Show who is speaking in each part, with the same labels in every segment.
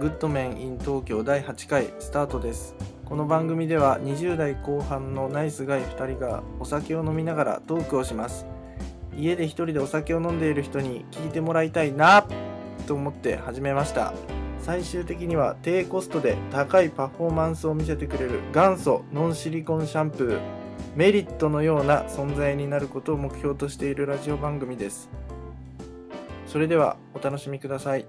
Speaker 1: グッドメン in 東京第8回スタートですこの番組では20代後半のナイスガイ2人がお酒を飲みながらトークをします家で一人でお酒を飲んでいる人に聞いてもらいたいなと思って始めました最終的には低コストで高いパフォーマンスを見せてくれる元祖ノンシリコンシャンプーメリットのような存在になることを目標としているラジオ番組ですそれではお楽しみください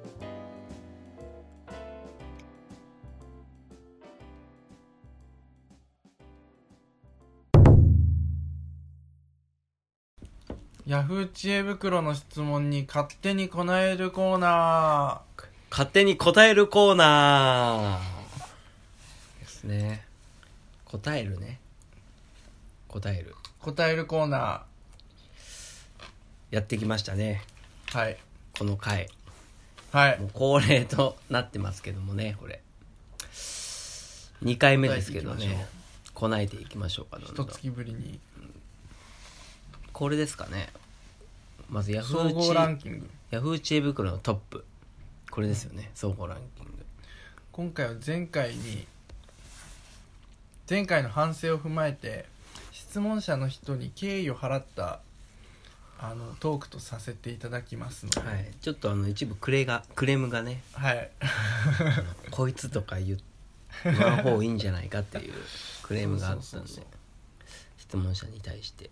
Speaker 1: ヤフー知恵袋の質問に勝手にこなえるコーナ
Speaker 2: 勝手に答えるコーナーですね答えるね答える
Speaker 1: ー答えるコーナ
Speaker 2: やってきましたね
Speaker 1: ーはい
Speaker 2: この回
Speaker 1: はい
Speaker 2: もう恒例となってますけどもねこれ2回目ですけど
Speaker 1: 答えていきまし
Speaker 2: ねこなえていきましょうかどんど
Speaker 1: 一
Speaker 2: ん
Speaker 1: 月ぶりに
Speaker 2: これですかねまずヤフ
Speaker 1: 総合ラン
Speaker 2: ー知
Speaker 1: キング
Speaker 2: ヤフー知恵袋のトップこれですよね総合ランキング
Speaker 1: 今回は前回に前回の反省を踏まえて質問者の人に敬意を払ったあのトークとさせていただきますので
Speaker 2: はいちょっとあの一部クレがクレームがね
Speaker 1: はい、
Speaker 2: こいつとか言わん方がいいんじゃないかっ ていうクレームがあったんで
Speaker 1: そうそうそう
Speaker 2: 質問者に対して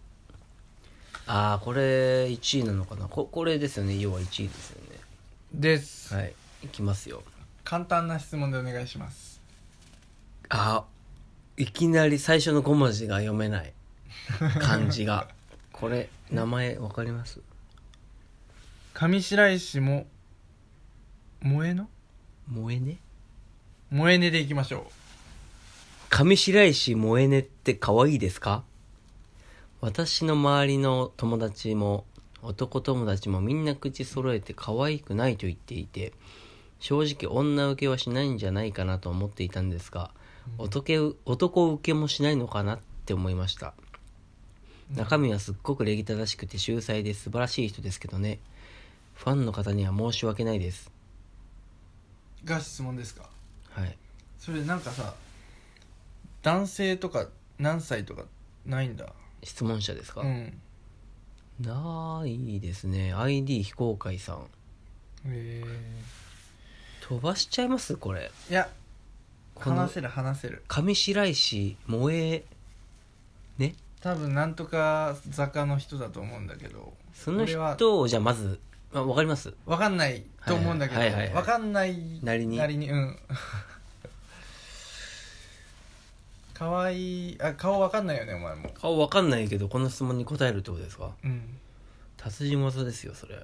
Speaker 2: ああこれ1位なのかなここれですよね要は1位ですよ
Speaker 1: です、
Speaker 2: ねはいいきますよ
Speaker 1: 簡単な質問でお願いします
Speaker 2: あーいきなり最初の5文字が読めない漢 字がこれ名前わかります
Speaker 1: 上白石も萌えの
Speaker 2: 萌えね
Speaker 1: 萌えねでいきましょ
Speaker 2: 上白石萌えねって可愛いですか私の周りの友達も男友達もみんな口揃えて可愛くないと言っていて正直女受けはしないんじゃないかなと思っていたんですが男男受けもしないのかなって思いました
Speaker 1: うん
Speaker 2: 中身はすっごく礼儀正しくて秀才で素晴らしい人ですけどねファンの方には申し訳ないです
Speaker 1: うが質問ですか
Speaker 2: はい
Speaker 1: それなんかさ男性とか何歳とかないんだ
Speaker 2: 質問者ですか、
Speaker 1: うん
Speaker 2: ないですね ID 非公開さん
Speaker 1: へ
Speaker 2: 飛ばしちゃいますこれ
Speaker 1: えいや
Speaker 2: この
Speaker 1: 話せる話せる
Speaker 2: 上白石萌えね
Speaker 1: 多分なんとか坂の人だと思うんだけど
Speaker 2: その
Speaker 1: 俺は
Speaker 2: 人をじゃあまずあわかります
Speaker 1: 分かんないと思うんだけど、
Speaker 2: はいはいはいはい
Speaker 1: 分かんない
Speaker 2: なりに
Speaker 1: うん かわいいあ顔分かんないよねお前も
Speaker 2: 顔わかんないけどこの質問に答えるってことですか
Speaker 1: うん
Speaker 2: 達人技ですよそれ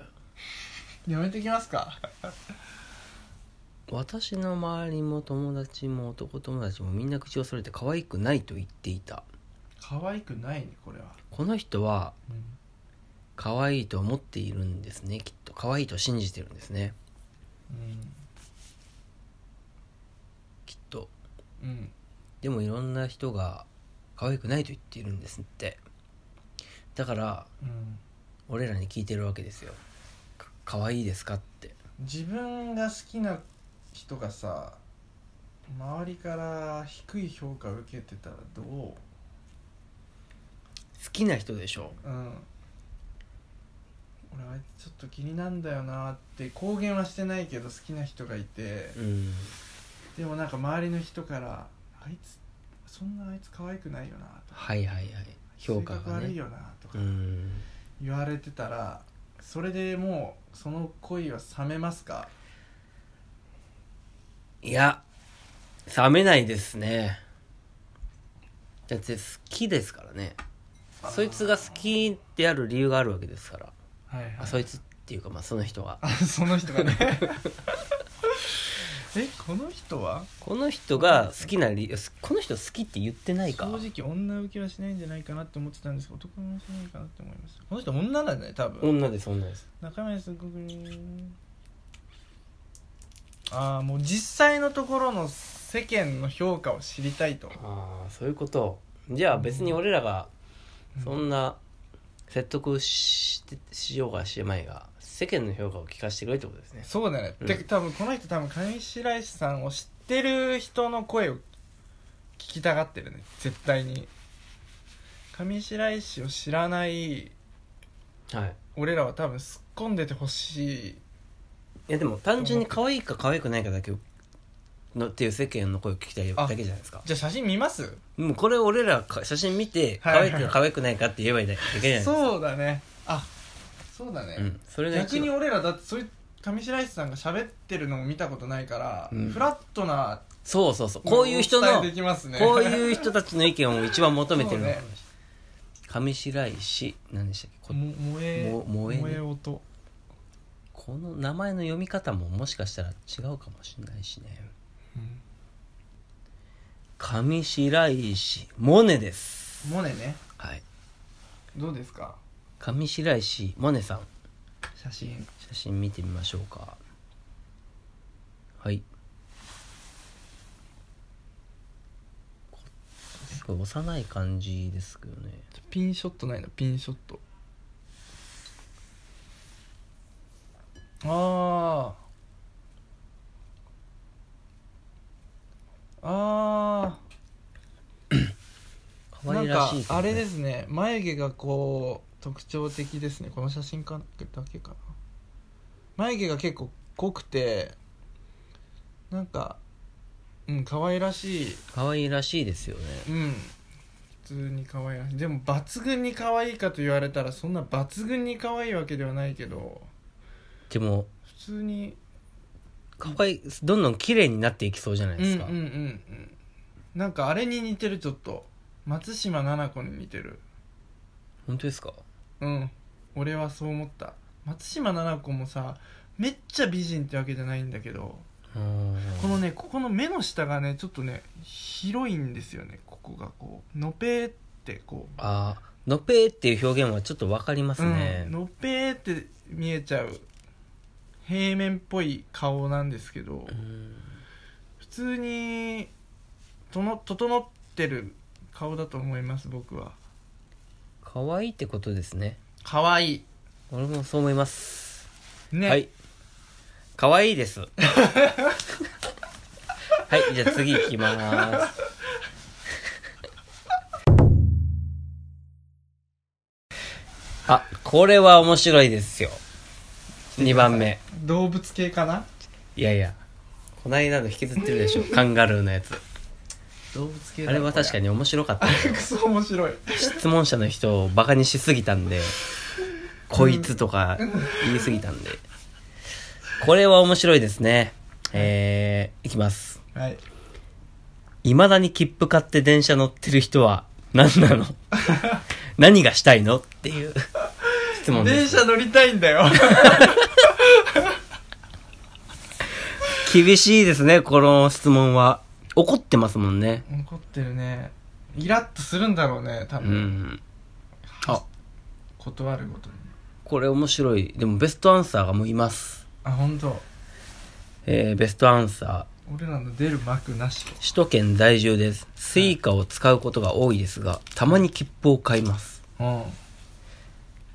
Speaker 1: やめてきますか
Speaker 2: 私の周りも友達も男友達もみんな口を揃えて可愛くないと言っていた
Speaker 1: 可愛くないねこれは、
Speaker 2: この人は
Speaker 1: うん
Speaker 2: 可愛いと思っているんですねきっと可愛いと信じてるんですねきっと
Speaker 1: うんうん
Speaker 2: でもいろんな人が可愛くないと言っているんですってだから
Speaker 1: うん
Speaker 2: 俺らに聞いてるわけですよか可愛いですかって
Speaker 1: 自分が好きな人がさ周りから低い評価を受けてたらどう
Speaker 2: 好きな人でしょ
Speaker 1: うん俺あいつちょっと気になんだよなって公言はしてないけど好きな人がいて
Speaker 2: うん
Speaker 1: でもなんか周りの人から「あいつそんなあいつ可愛くないよな」とか
Speaker 2: はいはいはい
Speaker 1: 「
Speaker 2: 評価
Speaker 1: 性格
Speaker 2: が
Speaker 1: 悪い
Speaker 2: ね
Speaker 1: よな」と
Speaker 2: う
Speaker 1: か
Speaker 2: ん
Speaker 1: 言われてたらそれでもうその恋は冷めますか
Speaker 2: いや冷めないですねだって好きですからねそいつが好きである理由があるわけですから
Speaker 1: はいはい
Speaker 2: あそいつっていうかまあその人が
Speaker 1: あ その人が ねえこの人は
Speaker 2: この人が好きな理由すこの人好きって言ってないか
Speaker 1: 正直女受けはしないんじゃないかなって思ってたんですけど男もしないかなって思いましたこの人女だね多分
Speaker 2: 女です女です
Speaker 1: 中身すごくああもう実際のところの世間の評価を知りたいと
Speaker 2: ああそういうことじゃあ別に俺らが
Speaker 1: うん
Speaker 2: そんな説得ししようがしまいが世間の評価を聞かせてくれってことですね
Speaker 1: そうだね、
Speaker 2: うん
Speaker 1: てか多分この人多分上白石さんを知ってる人の声を聞きたがってるね絶対に上白石を知らない
Speaker 2: はい
Speaker 1: 俺らは多分すっ込んでてほしい
Speaker 2: いやでも単純に可愛いか可愛くないかだけのっていう世間の声を聞きたい
Speaker 1: あ
Speaker 2: だけじゃないですか
Speaker 1: じゃあ写真見ます
Speaker 2: もうこれ俺らか写真見
Speaker 1: は
Speaker 2: て
Speaker 1: い
Speaker 2: 可
Speaker 1: は
Speaker 2: 愛
Speaker 1: い
Speaker 2: いか可愛くないかって言えばいいだけじゃないですか
Speaker 1: そうだねあそうだね、
Speaker 2: うん、それが
Speaker 1: 逆
Speaker 2: 一
Speaker 1: に
Speaker 2: 番
Speaker 1: 俺らだってそういう上白石さんが喋ってるのを見たことないから、
Speaker 2: うん
Speaker 1: フラットな
Speaker 2: そうそうそうこういう人
Speaker 1: お伝
Speaker 2: の
Speaker 1: えできますね
Speaker 2: こう
Speaker 1: う
Speaker 2: いう人たちの意見を一番求めてるのかもしれない
Speaker 1: そ
Speaker 2: 上白石何でしたっけ こ
Speaker 1: も萌え
Speaker 2: も萌えね
Speaker 1: 音
Speaker 2: この名前の読み方ももしかしたら違うかもしれないしね
Speaker 1: うん
Speaker 2: 上白石モネです
Speaker 1: モネね
Speaker 2: はい
Speaker 1: どうですか
Speaker 2: 上白石モネさん
Speaker 1: 写真
Speaker 2: 写真見てみましょうかはいこすごい幼い感じですけどね
Speaker 1: ピンショットないのピンショットあーあー
Speaker 2: 可
Speaker 1: な
Speaker 2: 愛
Speaker 1: ん
Speaker 2: ら
Speaker 1: か
Speaker 2: しいけどね、
Speaker 1: あれですね眉毛がこう特徴的ですねこの写真かだけかな眉毛が結構濃くてなんかうん可愛らしい
Speaker 2: 可愛らしいですよね
Speaker 1: うん普通に可愛いでも抜群に可愛いかと言われたらそんな抜群に可愛いわけではないけど
Speaker 2: でも
Speaker 1: 普通に
Speaker 2: 可愛いどんどん綺麗になっていきそうじゃない
Speaker 1: うんう
Speaker 2: で
Speaker 1: んうん
Speaker 2: すか、
Speaker 1: うんなんかあれに似てるちょっと松島菜々子に似てる
Speaker 2: 本当ですか
Speaker 1: うん俺はそう思った松島菜々子もさめっちゃ美人ってわけじゃないんだけど
Speaker 2: うーん
Speaker 1: このねここの目の下がねちょっとね広いんですよねここがこうのぺーってこう
Speaker 2: あーのぺーっていう表現はちょっとわかりますね、
Speaker 1: うん、のっぺーって見えちゃう平面っぽい顔なんですけど
Speaker 2: うん
Speaker 1: 普通にとの整ってる顔だと思います僕は
Speaker 2: 可愛いってことですね
Speaker 1: 可愛い
Speaker 2: 俺もそう思います、
Speaker 1: ね、
Speaker 2: はい可愛いです はいじゃあ次いきますあこれは面白いですよ2番目
Speaker 1: 動物系かない
Speaker 2: やいやこないだの引きずってるでしょカンガルーのやつ
Speaker 1: 動物系
Speaker 2: あれは確か
Speaker 1: に
Speaker 2: に面白かっ た
Speaker 1: クソ面白い
Speaker 2: 質問者の人をバカにしすぎたんで「こいつ」とか言いすぎたんでこれは面白いですねえー、いきます
Speaker 1: はい
Speaker 2: いまだに切符買って電車乗ってる人は何 なの何がしたいのっていう質問で
Speaker 1: 電
Speaker 2: す
Speaker 1: 車乗りたいんだよ
Speaker 2: 厳しいですねこの質問は怒ってますもんね
Speaker 1: 怒ってるねイラッとするんだろうね多
Speaker 2: う
Speaker 1: 分、
Speaker 2: んあ
Speaker 1: 断るごとに
Speaker 2: これ面白いでもベストアンサーがもういます
Speaker 1: あ本当。
Speaker 2: えー、ベストアンサー
Speaker 1: 俺らの出る幕なし
Speaker 2: 首都圏在住です。スイカを使うことが多いですが、たまに切符を買います。
Speaker 1: とうん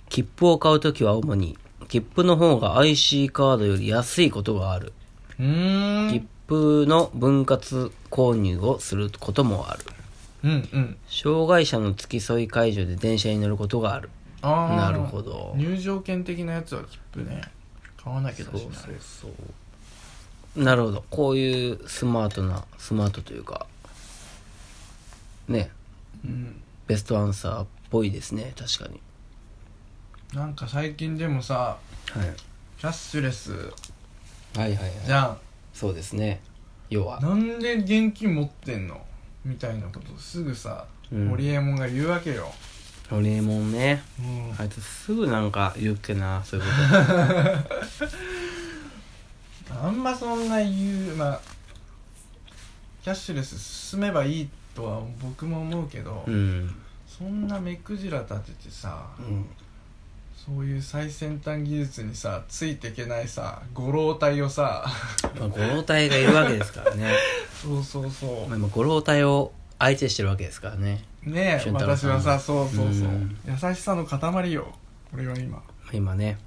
Speaker 2: 切符を買うときは主に、切符の方が IC カードより安いことがある。
Speaker 1: うーん
Speaker 2: 切符の分割購入をすることもある。
Speaker 1: うんうん
Speaker 2: 障害者の付き添い解除で電車に乗ることがある。
Speaker 1: あー
Speaker 2: なるほど。
Speaker 1: 入場券的なやつは切符ね買わなきゃ
Speaker 2: そう
Speaker 1: だ
Speaker 2: そ
Speaker 1: し
Speaker 2: う
Speaker 1: な
Speaker 2: そう。なるほど。こういうスマートな、スマートというか、ね、
Speaker 1: うん
Speaker 2: ベストアンサーっぽいですね。確かに。
Speaker 1: なんか最近でもさ
Speaker 2: はい。
Speaker 1: キャッシュレス
Speaker 2: はいはいはい
Speaker 1: じゃ
Speaker 2: そうですね要は
Speaker 1: んなんで現金持ってんのみたいなことすぐさ、
Speaker 2: うん
Speaker 1: ホリエモンが言うわけよ、
Speaker 2: ホリエモンね
Speaker 1: うん
Speaker 2: あいつすぐなんか言うっけなそういうこ
Speaker 1: あんまそんな言うまあキャッシュレス進めばいいとは僕も思うけど、
Speaker 2: とうん、
Speaker 1: そんな目くじら立ててさ、
Speaker 2: うん、
Speaker 1: そういう最先端技術にさついていけないさご老体をさ
Speaker 2: まあご老体がいるわけですからね
Speaker 1: そうそうそ
Speaker 2: まあ今ご老体を相手してるわけですからね
Speaker 1: うねえ
Speaker 2: 俊太郎
Speaker 1: 私
Speaker 2: さん
Speaker 1: はさそうそうそう
Speaker 2: うん
Speaker 1: 優しさの塊よ俺は今
Speaker 2: 今ね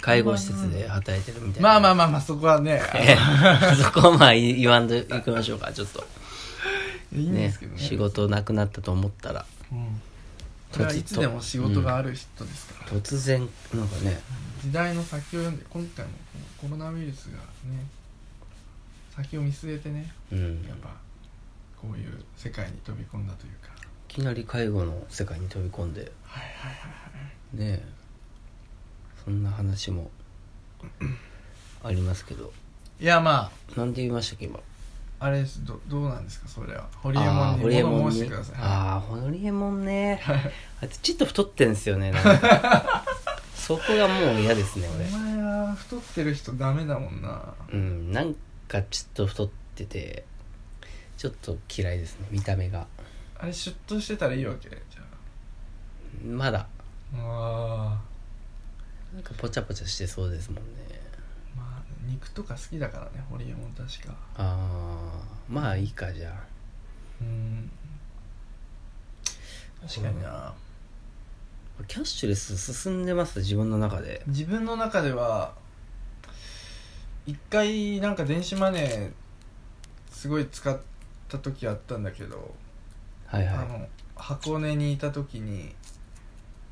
Speaker 2: 介護施設で働いてるみたいな。
Speaker 1: まあまあまあまあ、そこは ね、
Speaker 2: ええそこはまあ言わんといきましょうか、ちょっと。
Speaker 1: いいんですけどね。
Speaker 2: 仕事なくなったと思ったら、
Speaker 1: うんこれはいつでも仕事がある人ですから、
Speaker 2: 突然、なんかね、
Speaker 1: 時代の先を読んで今回もこのコロナウイルスがね先を見据えてね
Speaker 2: うん、
Speaker 1: やっぱこういう世界に飛び込んだというか
Speaker 2: いきなり介護の世界に飛び込んで、ねえそんな話もありますけど
Speaker 1: いやま
Speaker 2: なんて言いましたっけ今
Speaker 1: ああれですどどうなんですかそれはホ
Speaker 2: ホ
Speaker 1: リエモン
Speaker 2: ホ
Speaker 1: に
Speaker 2: リエモ
Speaker 1: 物
Speaker 2: ン
Speaker 1: 申して
Speaker 2: に
Speaker 1: くださいは
Speaker 2: ああホリエモンねあいつちょっと太ってんすよねなんか そこがもう嫌ですね
Speaker 1: いお前は太ってる人ダメだもんな
Speaker 2: 俺うんなんかちょっと太っててちょっと嫌いですね見た目が
Speaker 1: あれシュッとしてたらいいわけじゃ
Speaker 2: まだ
Speaker 1: ああ
Speaker 2: なんかぽちゃぽちゃしてそうですもんね
Speaker 1: まあ肉とか好きだからねホリエモン確か
Speaker 2: ああまあいいかじゃあ
Speaker 1: うん確かにな
Speaker 2: キャッシュレス進んでます自分の中で
Speaker 1: 自分の中では一回なんか電子マネーすごい使った時あったんだけど、
Speaker 2: はいはい
Speaker 1: あの箱根にいた時に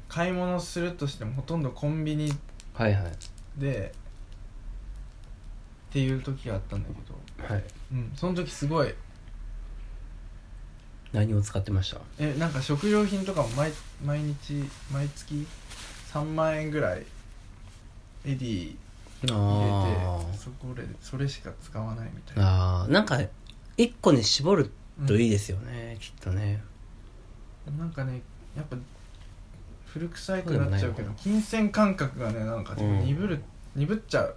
Speaker 1: 買い物するとしてもほとんどコンビニ
Speaker 2: はいはい
Speaker 1: でっていう時があったんだけど、
Speaker 2: はい
Speaker 1: うん、その時すごい
Speaker 2: 何を使ってました
Speaker 1: えなんか食料品とかも毎毎日毎月3万円ぐらいエディ入
Speaker 2: あ
Speaker 1: れてそこでそれしか使わないみたい
Speaker 2: ー
Speaker 1: な
Speaker 2: あーなんか一個に絞るといい
Speaker 1: い
Speaker 2: ですよね、きっとね
Speaker 1: なんかねやっぱ古臭いくなっちゃうけど金銭感覚がねなんか
Speaker 2: うん
Speaker 1: 鈍る、鈍っちゃう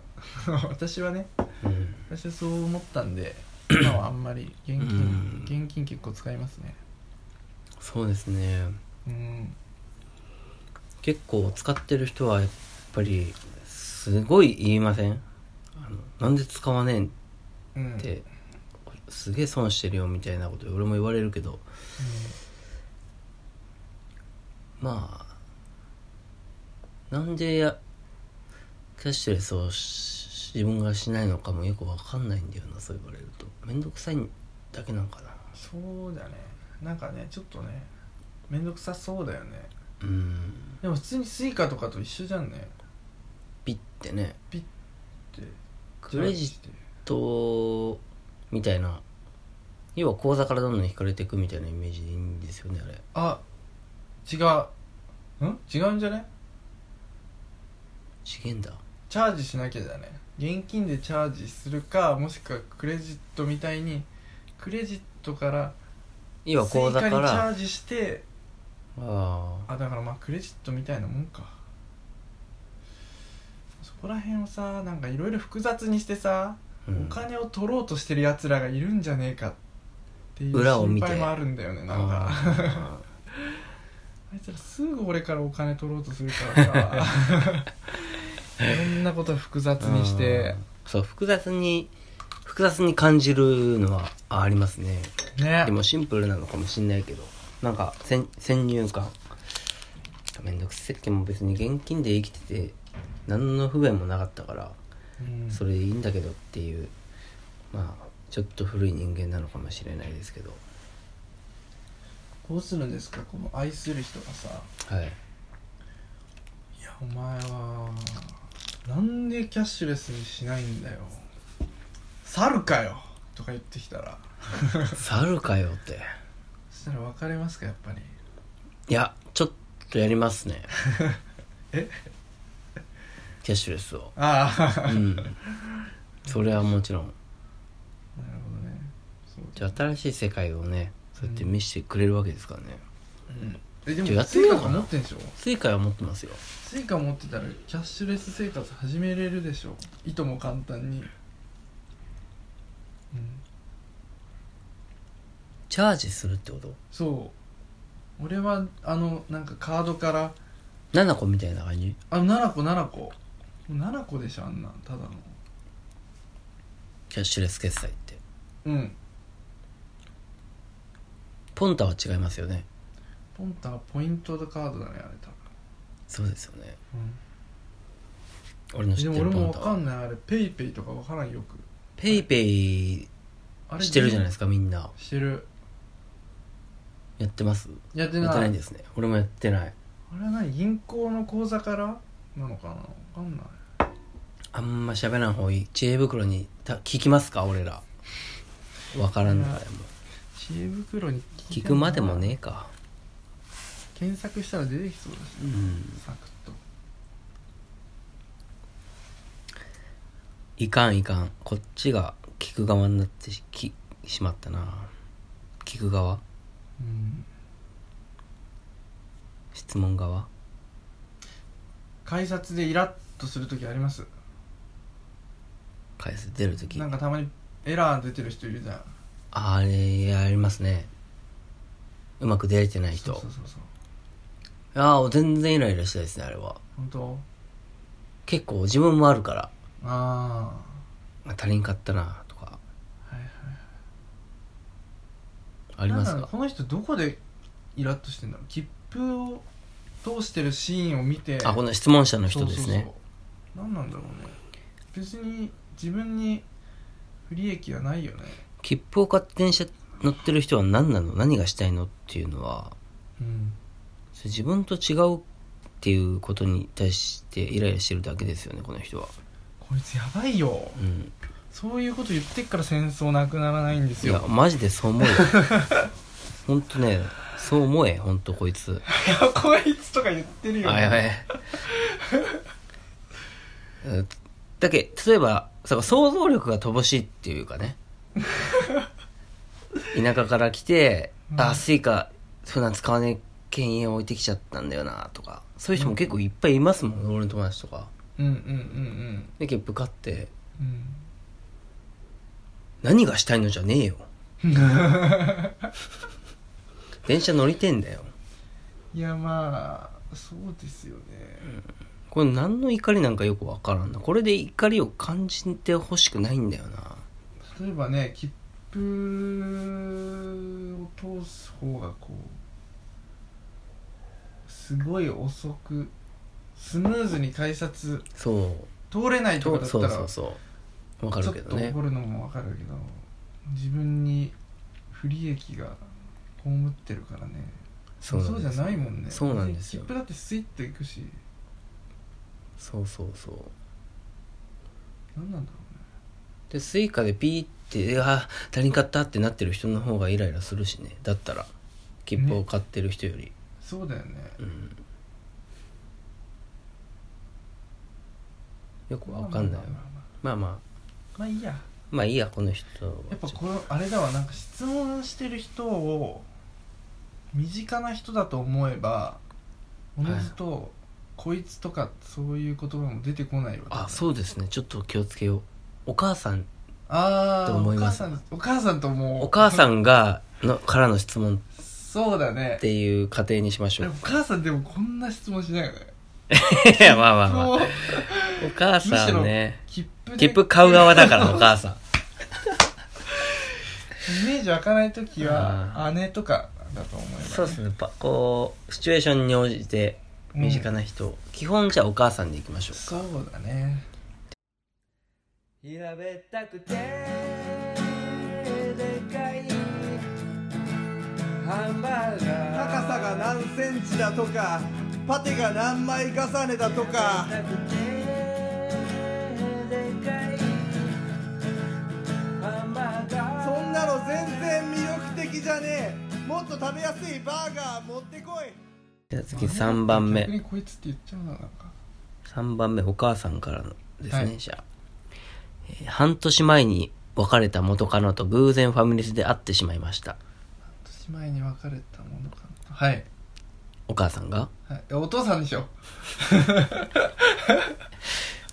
Speaker 1: 私はね
Speaker 2: うん
Speaker 1: 私はそう思ったんで今はあんまり現金、
Speaker 2: うん
Speaker 1: 現金結構使いますね
Speaker 2: そうですね
Speaker 1: うん
Speaker 2: 結構使ってる人はやっぱりすごい言いませんあのなんで使わねえんっ
Speaker 1: うん
Speaker 2: て、すげえ損してるよみたいなこと俺も言われるけどまあなんでやキャッシュレスをし自分がしないのかもよくわかんないんだよなそう言われるとめんどくさいだけなんかな
Speaker 1: そうだねなんかねちょっとね面倒くさそうだよね
Speaker 2: うん
Speaker 1: でも普通にスイカとかと一緒じゃんね
Speaker 2: ピッてね
Speaker 1: って
Speaker 2: クレジットみたいな要は口座からどんどん引かれていくみたいなイメージでいいんですよねあれ
Speaker 1: あ違うん違うんじゃね
Speaker 2: 資源だ
Speaker 1: チャージしなきゃだね現金でチャージするかもしくはクレジットみたいにクレジットから
Speaker 2: 要は
Speaker 1: スイカ
Speaker 2: 口
Speaker 1: にチ
Speaker 2: 座から
Speaker 1: ャ
Speaker 2: あ
Speaker 1: ージして
Speaker 2: あ
Speaker 1: あだからまあクレジットみたいなもんかそこら辺をさなんかいろいろ複雑にしてさ、
Speaker 2: うん
Speaker 1: お金を取ろうとしてるやつらがいるんじゃねえかっていう
Speaker 2: 裏を見
Speaker 1: 心配
Speaker 2: て
Speaker 1: もあるんだよねなんか
Speaker 2: あ
Speaker 1: あ
Speaker 2: ー
Speaker 1: いつらすぐ俺からお金取ろうとするからさいろんなこと複雑にして
Speaker 2: そう複雑に複雑に感じるのはあありますね
Speaker 1: ね
Speaker 2: でもシンプルなのかもしんないけどなんか先先入観めんどくせっけも別に現金で生きてて何の不便もなかったから
Speaker 1: うん
Speaker 2: それでいいんだけどっていうまあちょっと古い人間なのかもしれないですけど
Speaker 1: どうするんですかこの愛する人がさ「
Speaker 2: はい
Speaker 1: いやお前はなんでキャッシュレスにしないんだよ猿かよ!」とか言ってきたら
Speaker 2: 猿かよって
Speaker 1: そしたら別れますかやっぱり
Speaker 2: いやちょっとやります ね
Speaker 1: え
Speaker 2: キャッシュレスを
Speaker 1: ああ
Speaker 2: う
Speaker 1: なる
Speaker 2: んそれはもちろん
Speaker 1: ほどねそう
Speaker 2: じゃあ新しい世界をねそうやって見せてくれるわけですからね、
Speaker 1: うんえで
Speaker 2: ちょ
Speaker 1: も
Speaker 2: やって
Speaker 1: ス
Speaker 2: み
Speaker 1: イ
Speaker 2: よ
Speaker 1: カ
Speaker 2: う
Speaker 1: と
Speaker 2: か
Speaker 1: か
Speaker 2: な
Speaker 1: 持ってんでしょ
Speaker 2: スイカは持ってますよ
Speaker 1: スイカ持ってたらキャッシュレス生活始めれるでしょいとも簡単にうん
Speaker 2: チャージするってこと
Speaker 1: そう俺はあのなんかカードから
Speaker 2: 7個みたいな感じ
Speaker 1: あ7個7個7個でしょあんなんただの
Speaker 2: キャッシュレス決済って
Speaker 1: うん
Speaker 2: ポンタは違いますよね
Speaker 1: ポンタはポイントカードだねあれ多
Speaker 2: そうですよね
Speaker 1: 分、
Speaker 2: 俺の知
Speaker 1: で
Speaker 2: っ
Speaker 1: も
Speaker 2: てる
Speaker 1: 俺
Speaker 2: ポ
Speaker 1: も
Speaker 2: ン
Speaker 1: わ
Speaker 2: タ
Speaker 1: か
Speaker 2: は
Speaker 1: んないあれペイペイとかわからんよく
Speaker 2: ペイペイ
Speaker 1: あれ
Speaker 2: してるじゃないですすかみんな
Speaker 1: かしてる
Speaker 2: やってます
Speaker 1: やってない
Speaker 2: やってないんですね俺もやってない
Speaker 1: あれは何銀行の口座からなのかなわかんない
Speaker 2: あんま喋らん方がいい知恵袋にた聞きますか俺らわからんからも
Speaker 1: 知恵袋に
Speaker 2: 聞
Speaker 1: い
Speaker 2: く
Speaker 1: てんの
Speaker 2: までもねえか
Speaker 1: 検索したら出てきそうだし
Speaker 2: うん
Speaker 1: サクッと
Speaker 2: いかんいかんこっちが聞く側になってしきしまったな聞く側
Speaker 1: うん
Speaker 2: 質問側
Speaker 1: 改札でイラッとする時あります
Speaker 2: 返す出るとき
Speaker 1: なんかたまにエラー出てる人いるじゃん
Speaker 2: あれやりますねうまく出れてない人
Speaker 1: そうそうそうそう
Speaker 2: ああ全然イライラしたいですねあれは
Speaker 1: 本当
Speaker 2: 結構自分もあるから
Speaker 1: あ
Speaker 2: あ足りんかったなとか
Speaker 1: あはいはい
Speaker 2: あります
Speaker 1: なんだろ
Speaker 2: か
Speaker 1: うこの人どこでイラッとしてんだろう切符を通してるシーンを見て
Speaker 2: あこの質問者の人ですね
Speaker 1: そうそうそう何なんだろうね別に自分に不利益はないよね
Speaker 2: 切符を買って電車乗ってる人は何なの何がしたいのっていうのは
Speaker 1: うん
Speaker 2: それ自分と違うっていうことに対してイライラしてるだけですよねこの人は
Speaker 1: こいつやばいよ
Speaker 2: うん
Speaker 1: そういうこと言ってっから戦争なくならないんです
Speaker 2: いや
Speaker 1: よ
Speaker 2: マジでそう思うよ ほんとねそう思えほんとこいつ
Speaker 1: いやこいつとか言ってるよ、
Speaker 2: はいはいうんだけ例えばそう想像力が乏しいっていうか ね田舎から来て「
Speaker 1: う
Speaker 2: あ
Speaker 1: ん
Speaker 2: スイカ普段使わねえ県営置いてきちゃったんだよな」とかそういう人も結構いっぱいいますもん、俺の友達とか
Speaker 1: うんうんうん
Speaker 2: で結構買って
Speaker 1: うん
Speaker 2: 「何がしたいのじゃねえよ
Speaker 1: うん
Speaker 2: 電車乗りてんだよ
Speaker 1: いやまあそうですよね、
Speaker 2: これ何の怒りなんかよくわからんなこれで怒りを感じてほしくないんだよな
Speaker 1: 例えばね切符を通す方がこうすごい遅くスムーズに改札
Speaker 2: そう
Speaker 1: 通れないとか
Speaker 2: と
Speaker 1: だった
Speaker 2: そう
Speaker 1: ら
Speaker 2: そうそうわかるけど
Speaker 1: ちょっと
Speaker 2: ね
Speaker 1: 怒るのもわかるけど自分に不利益が被ってるからね
Speaker 2: そうなん
Speaker 1: じ
Speaker 2: で
Speaker 1: ゃ
Speaker 2: す
Speaker 1: ないもんね
Speaker 2: そうなんですよ
Speaker 1: 切符だってスイッと行くし
Speaker 2: そうそうそう
Speaker 1: 何なんだろうね
Speaker 2: でスイカでピーって「あー足りんかった」ってなってる人の方がイライラするしねだったら切符を買ってる人より、
Speaker 1: そうだよね
Speaker 2: うんよくわかんないわ
Speaker 1: まあまあまあ
Speaker 2: まあま
Speaker 1: まあいいや
Speaker 2: あまあいいやこの人
Speaker 1: やっぱこれあれだわなんか質問してる人を身近な人だと思えばおのずと、こいつとかそういう言葉も出てこないわ
Speaker 2: あそうですねちょっと気をつけようお母さん
Speaker 1: あー
Speaker 2: と思います
Speaker 1: お母さんお母さんともう
Speaker 2: お母さ
Speaker 1: ん
Speaker 2: んがのからの質問
Speaker 1: そうだね
Speaker 2: っていう仮定にしまし
Speaker 1: で
Speaker 2: ょ
Speaker 1: も
Speaker 2: う
Speaker 1: お母さんでもこんな質問しないよね
Speaker 2: いやまあまあまあ
Speaker 1: もう
Speaker 2: お母さんね
Speaker 1: 切符で
Speaker 2: 切符買う側だからお母さん
Speaker 1: イメージ湧かない時
Speaker 2: あ
Speaker 1: は姉とかだと思えば、
Speaker 2: そうですねぱこうシチュエーションに応じて身近な人、基本じゃあお母さんでいきましょう
Speaker 1: そうだね
Speaker 2: 平べったくてでかいハンバーガ
Speaker 3: 高さが何センチだとかパテが何枚重ねだとかそんなの全然魅力的じゃねえもっと食べやすいバーガー持ってこい
Speaker 2: じゃあ次3番
Speaker 1: 逆
Speaker 2: 目
Speaker 1: にこいつって言っちゃうななんか
Speaker 2: 3番目お母さんからのです
Speaker 1: は
Speaker 2: ね、
Speaker 1: い
Speaker 2: じゃあ、えー半年前に別れた元カノと偶然ファミレスで会ってしまいました
Speaker 1: 半年前に別れたものかなはい
Speaker 2: お母さんが
Speaker 1: はい、お父さんで しょ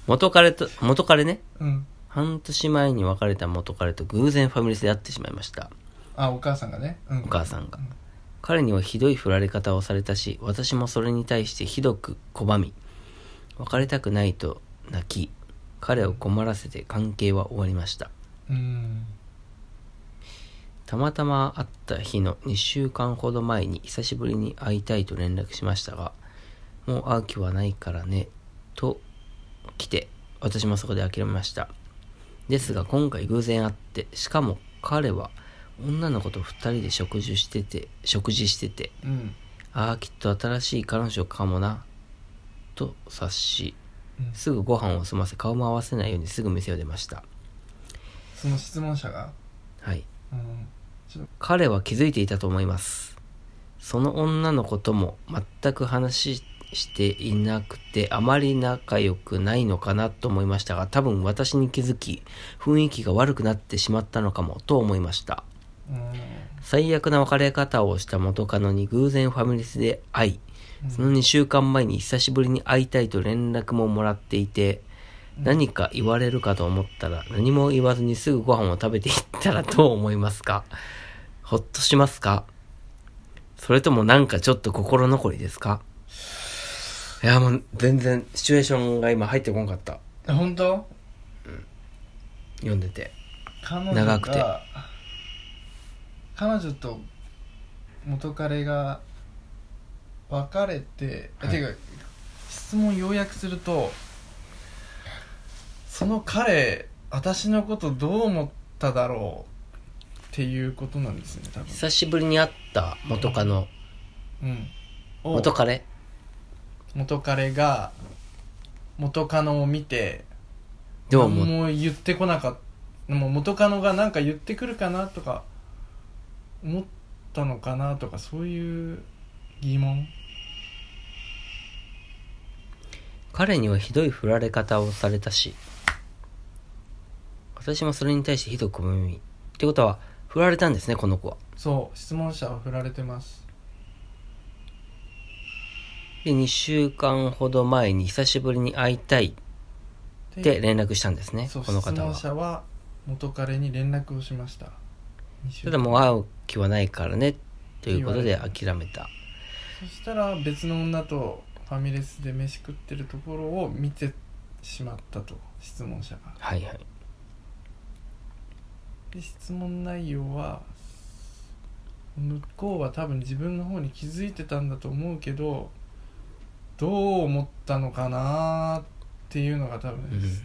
Speaker 2: 元彼と元彼ね
Speaker 1: うん
Speaker 2: 半年前に別れた元彼と偶然ファミレスで会ってしまいました
Speaker 1: あお母さんがね、うん、
Speaker 2: お母さんが
Speaker 1: うん
Speaker 2: 彼にはひどい振られ方をされたし私もそれに対してひどく拒み別れたくないと泣き彼を困らせて関係は終わりました
Speaker 1: うん
Speaker 2: たまたま会った日の2週間ほど前に久しぶりに会いたいと連絡しましたがもう会う気はないからねと来て私もそこで諦めましたですが今回偶然会ってしかも彼は女の子と2人で食事してて食事してて
Speaker 1: うん
Speaker 2: ああきっと新しい彼女かもなと察し
Speaker 1: うん
Speaker 2: すぐご飯を済ませ顔も合わせないようにすぐ店を出ました
Speaker 1: その質問者が
Speaker 2: はい
Speaker 1: うん
Speaker 2: 彼は気づいていたと思いますその女の子とも全く話していなくてあまり仲良くないのかなと思いましたが多分私に気づき雰囲気が悪くなってしまったのかもと思いました
Speaker 1: うん
Speaker 2: 最悪な別れ方をした元カノに偶然ファミレスで会い
Speaker 1: うん
Speaker 2: その2週間前に久しぶりに会いたいと連絡ももらっていて何か言われるかと思ったら何も言わずにすぐご飯を食べていったらどう思いますかほっとしますかそれともなんかちょっと心残りですかいやもう全然シチュエーションが今入ってこなかった
Speaker 1: え本当
Speaker 2: 読んでて
Speaker 1: 彼女が
Speaker 2: 長くて
Speaker 1: 彼女と元彼が別れて、え
Speaker 2: はい
Speaker 1: てか質問要約するとその彼私のことどう思っただろうっていうことなんですね多分
Speaker 2: 久しぶりに会った元カノ
Speaker 1: うんを
Speaker 2: 元カレ
Speaker 1: 元彼が元カノを見て
Speaker 2: どう
Speaker 1: 何
Speaker 2: 思
Speaker 1: も
Speaker 2: う
Speaker 1: 言ってこなかったもう元カノが何か言ってくるかなとか思ったのかなとかそういう疑問
Speaker 2: 彼にはひどい振られ方をされたし私もそれに対してひどく思いってことは振られたんですねこの子は
Speaker 1: そう質問者は振られてます
Speaker 2: で2週間ほど前に久しぶりに会いたいって連絡したんですね
Speaker 1: そう
Speaker 2: この方は
Speaker 1: 質問者は元彼に連絡をしました二週
Speaker 2: ただもう会う気はないからねということで諦めた
Speaker 1: そしたら別の女とファミレスで飯食ってるところを見てしまったと質問者が
Speaker 2: はいはい
Speaker 1: で質問内容は向こうは多分自分の方に気づいてたんだと思うけどどう思ったのかなっていうのが多分、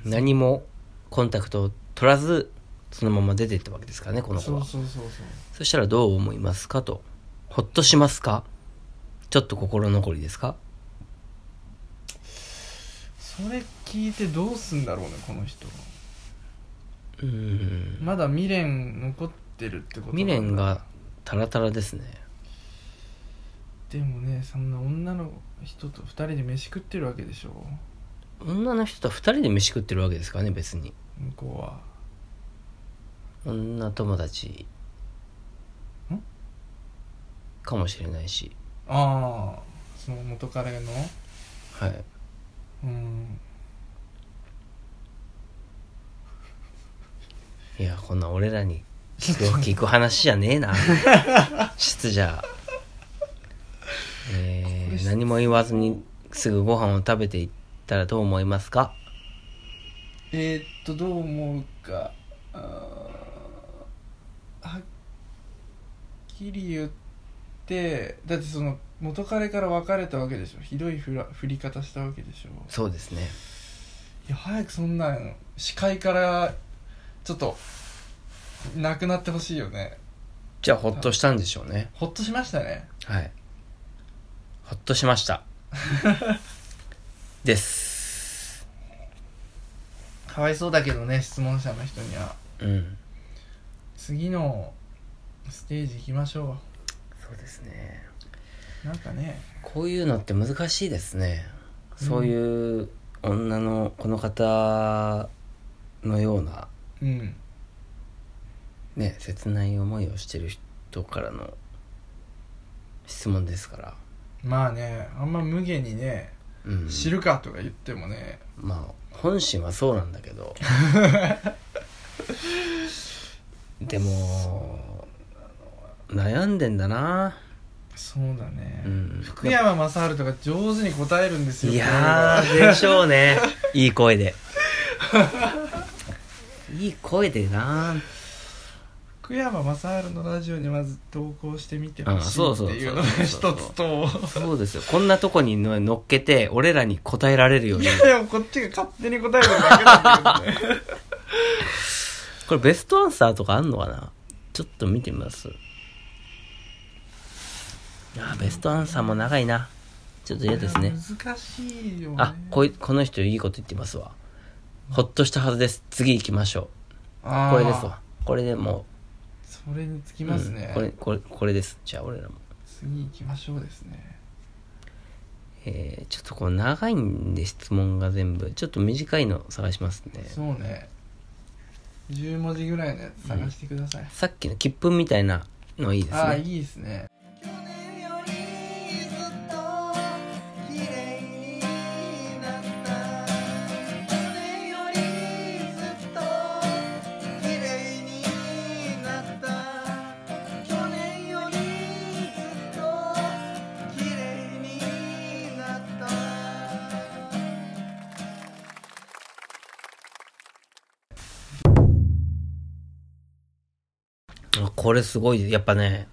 Speaker 2: うん何もコンタクトを取らずそのまま出ていったわけですからねこの子
Speaker 1: そう
Speaker 2: は
Speaker 1: そうそうそう
Speaker 2: そしたらどう思いますかとほっとしますかちょっと心残りですか
Speaker 1: それ聞いてどうすんだろうねこの人
Speaker 2: うーん
Speaker 1: まだ未練残ってるってことなん
Speaker 2: 未
Speaker 1: だ
Speaker 2: 練がタラタラですね
Speaker 1: でもねそんな女の人と2人で飯食ってるわけでしょ
Speaker 2: 女の人と二人で飯食ってるわけですからね別に
Speaker 1: 向こうは
Speaker 2: 女友達
Speaker 1: ん
Speaker 2: かもしれないし
Speaker 1: ああその元彼の
Speaker 2: はい
Speaker 1: うん
Speaker 2: いやこんな俺ら に聞く聞く話じゃねえな質じゃえー何も言わずにすぐご飯を食べていったらどう思いますか
Speaker 1: えー、っとどう思うかあーはっきり言ってだってその元彼から別れたわけでしょひどいふら振り方したわけでしょ
Speaker 2: そうですね
Speaker 1: いや早くそんなん視界からちょっとなくなってほしいよね
Speaker 2: じゃあほっとしたんでしょうね
Speaker 1: ほっとしましたね
Speaker 2: はいほっとしました です
Speaker 1: かわいそうだけどね質問者の人には
Speaker 2: うん
Speaker 1: 次のステージ行きましょ
Speaker 2: そうですね
Speaker 1: うなんかね
Speaker 2: こういうのって難しいですね。そういう女のこの方のような
Speaker 1: うん
Speaker 2: ね切ない思いをしてる人からの質問ですから。
Speaker 1: まあねあんま無限にね
Speaker 2: うん、
Speaker 1: 知るかとか言ってもね
Speaker 2: まあ本心はそうなんだけ ど。でも悩んでんだな。
Speaker 1: そうだね、
Speaker 2: うん
Speaker 1: 福山雅治とか上手に答えるんですよ
Speaker 2: いやーでしょうねいい声でいい声でな
Speaker 1: こ福山雅治のラジオにまず投稿してみてほ
Speaker 2: あ
Speaker 1: し
Speaker 2: そう
Speaker 1: い
Speaker 2: そ
Speaker 1: っ
Speaker 2: う
Speaker 1: ていうのが
Speaker 2: そうそう
Speaker 1: 一
Speaker 2: そう
Speaker 1: つと
Speaker 2: そうですよこんなとこにの乗っけて俺らに答えられるよ うに
Speaker 1: いやでもこっちが勝手に答えるだけなんだ けどね
Speaker 2: これベストアンサーとかあんのかなちょっと見てみますあベストアンサーも長いなちょっと嫌ですね
Speaker 1: 難しいよね
Speaker 2: あこいこの人いいこと言ってますわほっとしたはずです次行きましょう
Speaker 1: あー
Speaker 2: これですわこれでも
Speaker 1: それにつき
Speaker 2: う、
Speaker 1: ますね、
Speaker 2: うんこれこれこれですじゃあ俺らも
Speaker 1: 次行きましょうですね
Speaker 2: えー、ちょっとこう長いんで質問が全部ちょっと短いの探しますね
Speaker 1: そうね10文字ぐらいのやつ探してください、
Speaker 2: さっきの切符みたいなのいいです
Speaker 1: ああ
Speaker 2: ね
Speaker 1: いいですね
Speaker 3: 去年よりずっと綺麗になった去年よりずっと綺麗になった去年よりずっと綺麗になった
Speaker 2: あこれすごいやっぱね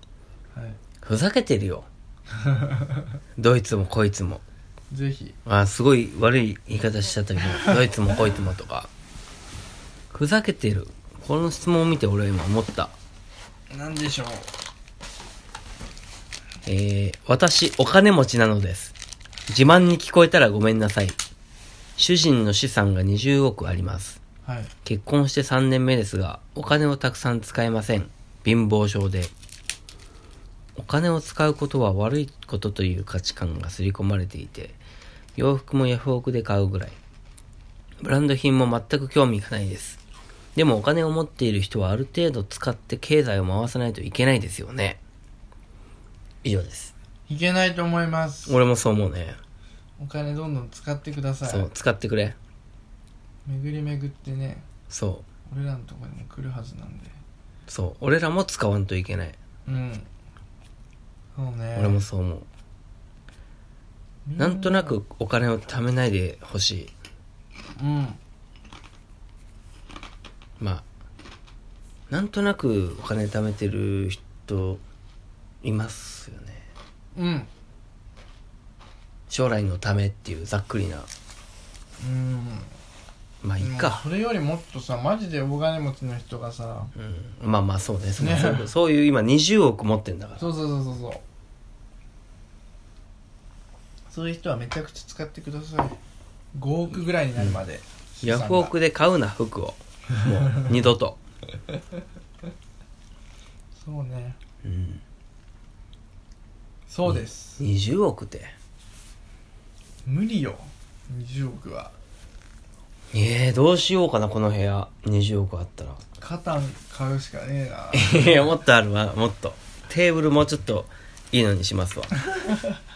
Speaker 1: はい
Speaker 2: ふざけて るよどいつもこいつも
Speaker 1: ぜひ
Speaker 2: あすごい悪い言い方しちゃったけどどいつもこいつもとかふざけてるこの質問を見て俺は今思った
Speaker 1: 何でしょう
Speaker 2: えー、私お金持ちなのです自慢に聞こえたらごめんなさい主人の資産が20億あります
Speaker 1: はい
Speaker 2: 結婚して3年目ですがお金をたくさん使えません貧乏症でお金を使うことは悪いことという価値観が刷り込まれていて洋服もヤフオクで買うぐらいブランド品も全く興味がないですでもお金を持っている人はある程度使って経済を回さないといけないですよね以上です
Speaker 1: いけないと思います
Speaker 2: 俺もそう思うね、
Speaker 1: お金どんどん使ってくださ
Speaker 2: そう
Speaker 1: い
Speaker 2: 使ってくれ
Speaker 1: 巡り巡ってね
Speaker 2: そ
Speaker 1: 俺らのとこにも来るはずなんで
Speaker 2: うそう俺らも使わんといけない、
Speaker 1: うんそうね
Speaker 2: 俺もそう思う
Speaker 1: み
Speaker 2: なんとなくお金を貯めないでほしい。
Speaker 1: うん
Speaker 2: まあ、なんとなくお金貯めてる人、いますよね。
Speaker 1: うん
Speaker 2: 将来のためっていうざっくりな。
Speaker 1: うん
Speaker 2: まあ、いい
Speaker 1: もう
Speaker 2: か
Speaker 1: そ。れよりもっとさマジでお金持ちの人がさ
Speaker 2: うん、まあまあ、そうですね
Speaker 1: ね
Speaker 2: そう。そういう、今20億持ってんだから。
Speaker 1: そうそうそうそうそうそういう人はめちゃくちゃ使ってください5億ぐらいになるまで、
Speaker 2: ヤフオク
Speaker 1: で
Speaker 2: で買うな、服を。 もう、二度と。
Speaker 1: そうね
Speaker 2: うん。
Speaker 1: そうです、
Speaker 2: 20億って。
Speaker 1: 無理よ20億は
Speaker 2: ええどうしようかな、この部屋。20億あったら。
Speaker 1: カタン買うしかねえない
Speaker 2: やもっとあるわもっとテーブルもうちょっといいのにしますわ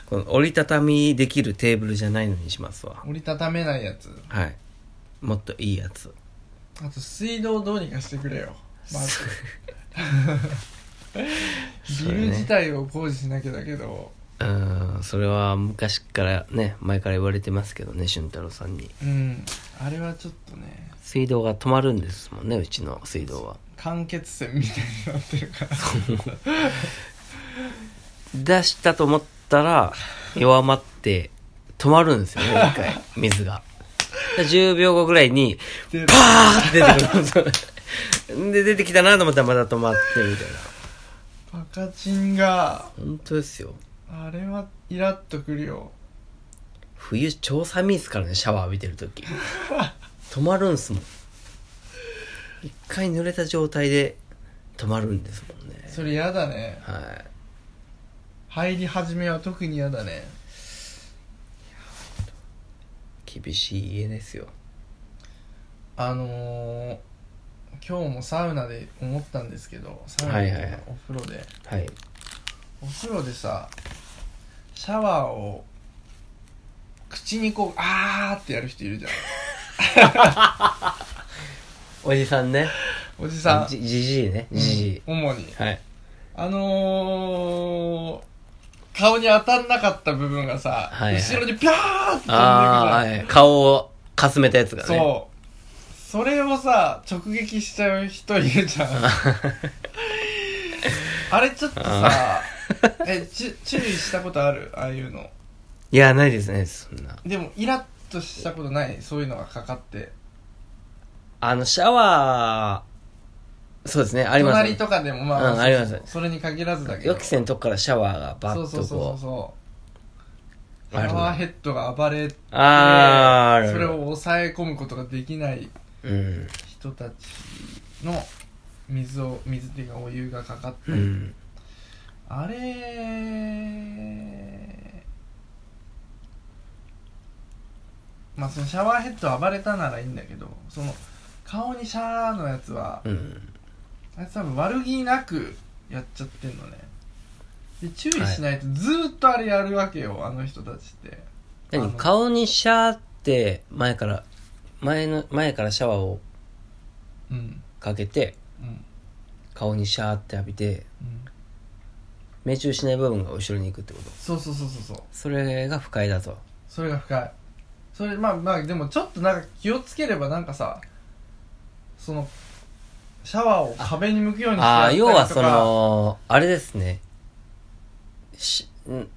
Speaker 2: この折りたたみできるテーブルじゃないのにしますわ
Speaker 1: 折りたためないやつ
Speaker 2: はいもっといいやつ
Speaker 1: あと水道どうにかしてくれよま ず
Speaker 2: そ
Speaker 1: ビ
Speaker 2: れね
Speaker 1: ル自体を工事しなきゃだけど
Speaker 2: うーんそれは昔からね前から言われてますけどね俊太郎さんに
Speaker 1: うんあれはちょっとね
Speaker 2: 水道が止まるんですもんねうちの水道は
Speaker 1: 間欠泉みたいになってる から
Speaker 2: 出したと思ったら弱まって止まるんですよね一回水がで10秒後ぐらいに
Speaker 1: 出る
Speaker 2: パーって出てくるで出てきたなと思ったらまた止まってみたいな
Speaker 1: バカチンが
Speaker 2: 本当ですよ
Speaker 1: あれはイラッとくるよ
Speaker 2: 冬超寒いですからねシャワー浴びてる時止まるんすもん一回濡れた状態で止まるんですもんね
Speaker 1: それやだね
Speaker 2: はい
Speaker 1: 入り始めは特にやだね
Speaker 2: 厳しい家ですよ
Speaker 1: あのー、今日もサウナで思ったんですけどサウナ
Speaker 2: は
Speaker 1: と
Speaker 2: い
Speaker 1: か
Speaker 2: はいはい
Speaker 1: お風呂で、
Speaker 2: はい
Speaker 1: お風呂でさシャワーを口にこうあーってやる人いるじゃん
Speaker 2: おじさんね
Speaker 1: おじさん
Speaker 2: じじじいねじじい、
Speaker 1: うん主に
Speaker 2: はい
Speaker 1: あのー、顔に当たんなかった部分がさ、
Speaker 2: はいはい
Speaker 1: 後ろにピャーって飛んでくるじゃん
Speaker 2: ああー、はい、顔をかすめたやつがね
Speaker 1: そうそれをさ直撃しちゃう人いるじゃんあれちょっとさえち注意したことあるああいうの
Speaker 2: いや、ないですね、そんな。
Speaker 1: でもイラッとしたことないそういうのがかかって
Speaker 2: あの、シャワー、そうですね、あります、
Speaker 1: 隣
Speaker 2: ね。
Speaker 1: とかでもまあ、
Speaker 2: うん
Speaker 1: そう
Speaker 2: あります
Speaker 1: それに限らずだけど
Speaker 2: 予期せんとこからシャワーがバ
Speaker 1: そう
Speaker 2: ッ
Speaker 1: そう
Speaker 2: と
Speaker 1: そうそ
Speaker 2: こ
Speaker 1: うそう
Speaker 2: う。あ
Speaker 1: パ
Speaker 2: る
Speaker 1: ワーヘッドが暴れて
Speaker 2: あーある
Speaker 1: それを抑え込むことができない
Speaker 2: うん。
Speaker 1: 人たちの水を水っていうかお湯がかかって、
Speaker 2: うん。
Speaker 1: あれまあそのシャワーヘッド暴れたならいいんだけどその顔にシャーのやつは
Speaker 2: うん。
Speaker 1: あいつ多分悪気なくやっちゃってんのねで注意しないとずーっとあれやるわけよあの人たちってあ
Speaker 2: 何
Speaker 1: の
Speaker 2: 顔にシャーって、前から、前の、前からシャワーを
Speaker 1: うん
Speaker 2: かけて、
Speaker 1: うん
Speaker 2: 顔にシャーって浴びて、
Speaker 1: うん
Speaker 2: 命中しない部分が後ろに行くってこと。
Speaker 1: そうそうそうそうそう
Speaker 2: それが不快だと。
Speaker 1: それが深いそれまあまあでもちょっとなんか気をつければなんかさそのシャワーを壁に向くようにして
Speaker 2: ああ、要
Speaker 1: や
Speaker 2: は
Speaker 1: ったりと
Speaker 2: そ
Speaker 1: か
Speaker 2: の、あれですね。し、ん、ん、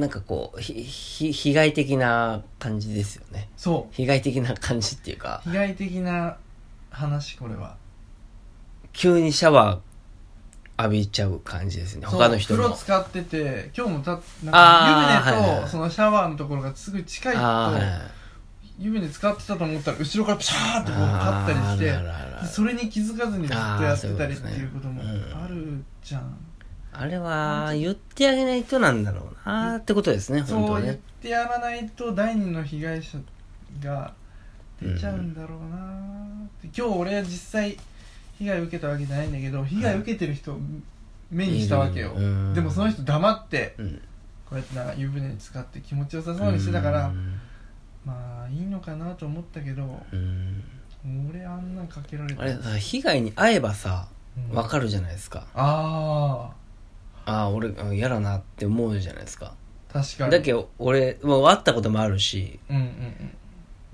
Speaker 2: なんかこう、ひ、ひ、被害的な感じですよね。
Speaker 1: そ
Speaker 2: 被害的な感じっていうか
Speaker 1: う、被害的な話これは
Speaker 2: 急にシャワー浴びちゃう感じですね。
Speaker 1: そう
Speaker 2: 他の人
Speaker 1: 風呂
Speaker 2: の。
Speaker 1: 使ってて今日もたなん
Speaker 2: あ
Speaker 1: か
Speaker 2: ー
Speaker 1: 湯
Speaker 2: はい
Speaker 1: 船
Speaker 2: は
Speaker 1: と
Speaker 2: い
Speaker 1: そのシャワーのところがすぐ近いと
Speaker 2: あーはい
Speaker 1: 湯船使ってたと思ったら後ろからピシャーってこう
Speaker 2: あ
Speaker 1: 立ったりして
Speaker 2: ーあるあるあ
Speaker 1: で
Speaker 2: る
Speaker 1: それに気づかずにずっとやってたりっていうことも
Speaker 2: あーそういうことですねうん
Speaker 1: あるじゃん、
Speaker 2: あれは、言ってあげないとなんだろうなーってことですね、本
Speaker 1: そ
Speaker 2: 当
Speaker 1: う言っ
Speaker 2: ね。
Speaker 1: てやらないと第二の被害者が出ちゃうんだろうなって、今日俺は実際被害受けたわけじゃないんだけど被害受けてる人を目にしたわけよ、
Speaker 2: うん
Speaker 1: でもその人黙って
Speaker 2: うん。
Speaker 1: こうやってなんか湯船に使って気持ちよさそうにしてたから、
Speaker 2: うん
Speaker 1: まあいいのかなと思ったけど
Speaker 2: うん
Speaker 1: 俺あんなんかけられて
Speaker 2: あれ、被害に遭えばさ、
Speaker 1: うん
Speaker 2: わかるじゃないですか。
Speaker 1: あ
Speaker 2: ああ、俺、うん嫌だなって思うじゃないですか。
Speaker 1: あ確かに
Speaker 2: だけど、俺、もう会ったこともあるし、
Speaker 1: うん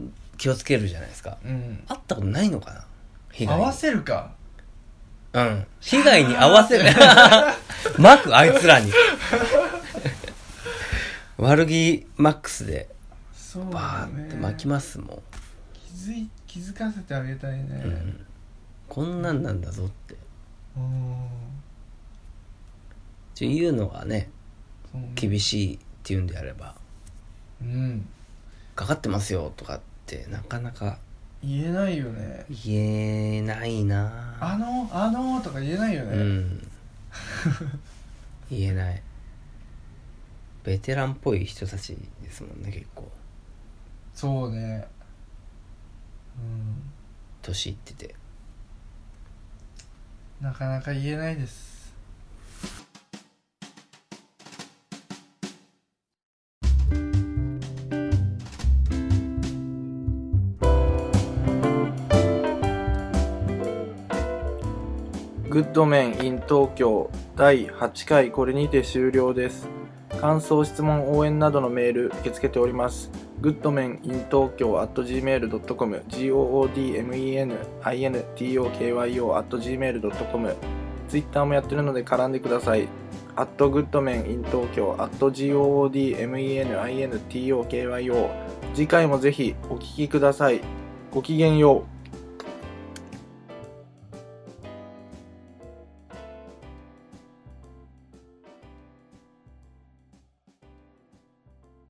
Speaker 1: うん
Speaker 2: 気をつけるじゃないですか。
Speaker 1: うんうん
Speaker 2: 会ったことないのかな被害
Speaker 1: 合
Speaker 2: に
Speaker 1: わせるか
Speaker 2: うん。被害に合わ せる。マック、あいつらに。悪気マックスで、
Speaker 1: そうだ
Speaker 2: バ
Speaker 1: ね
Speaker 2: ーって巻きますもん。
Speaker 1: 気づい気づかせてあげたいね、
Speaker 2: うんこんなんなんだぞって。
Speaker 1: うん
Speaker 2: ちょ言うのがね、
Speaker 1: そうね
Speaker 2: 厳しいっていうんであれば、
Speaker 1: うん
Speaker 2: かかってますよとかって、なかなか
Speaker 1: 言えないよね
Speaker 2: 言えないなぁ
Speaker 1: あのあのとか言えないよね、
Speaker 2: うん、言えないベテランっぽい人たちですもんね結構
Speaker 1: そうねうん
Speaker 2: 年いってて
Speaker 1: なかなか言えないです
Speaker 4: グッドメン in 東京第8回これにて終了です。感想、質問、応援などのメール受け付けております。グッドメン in 東京 at gmail.com goodmeninTokyo at gmail.com ツイッターもやってるので絡んでください。at goodman in 東京 at goodmeninTokyo 次回もぜひお聞きください。ごきげんよう。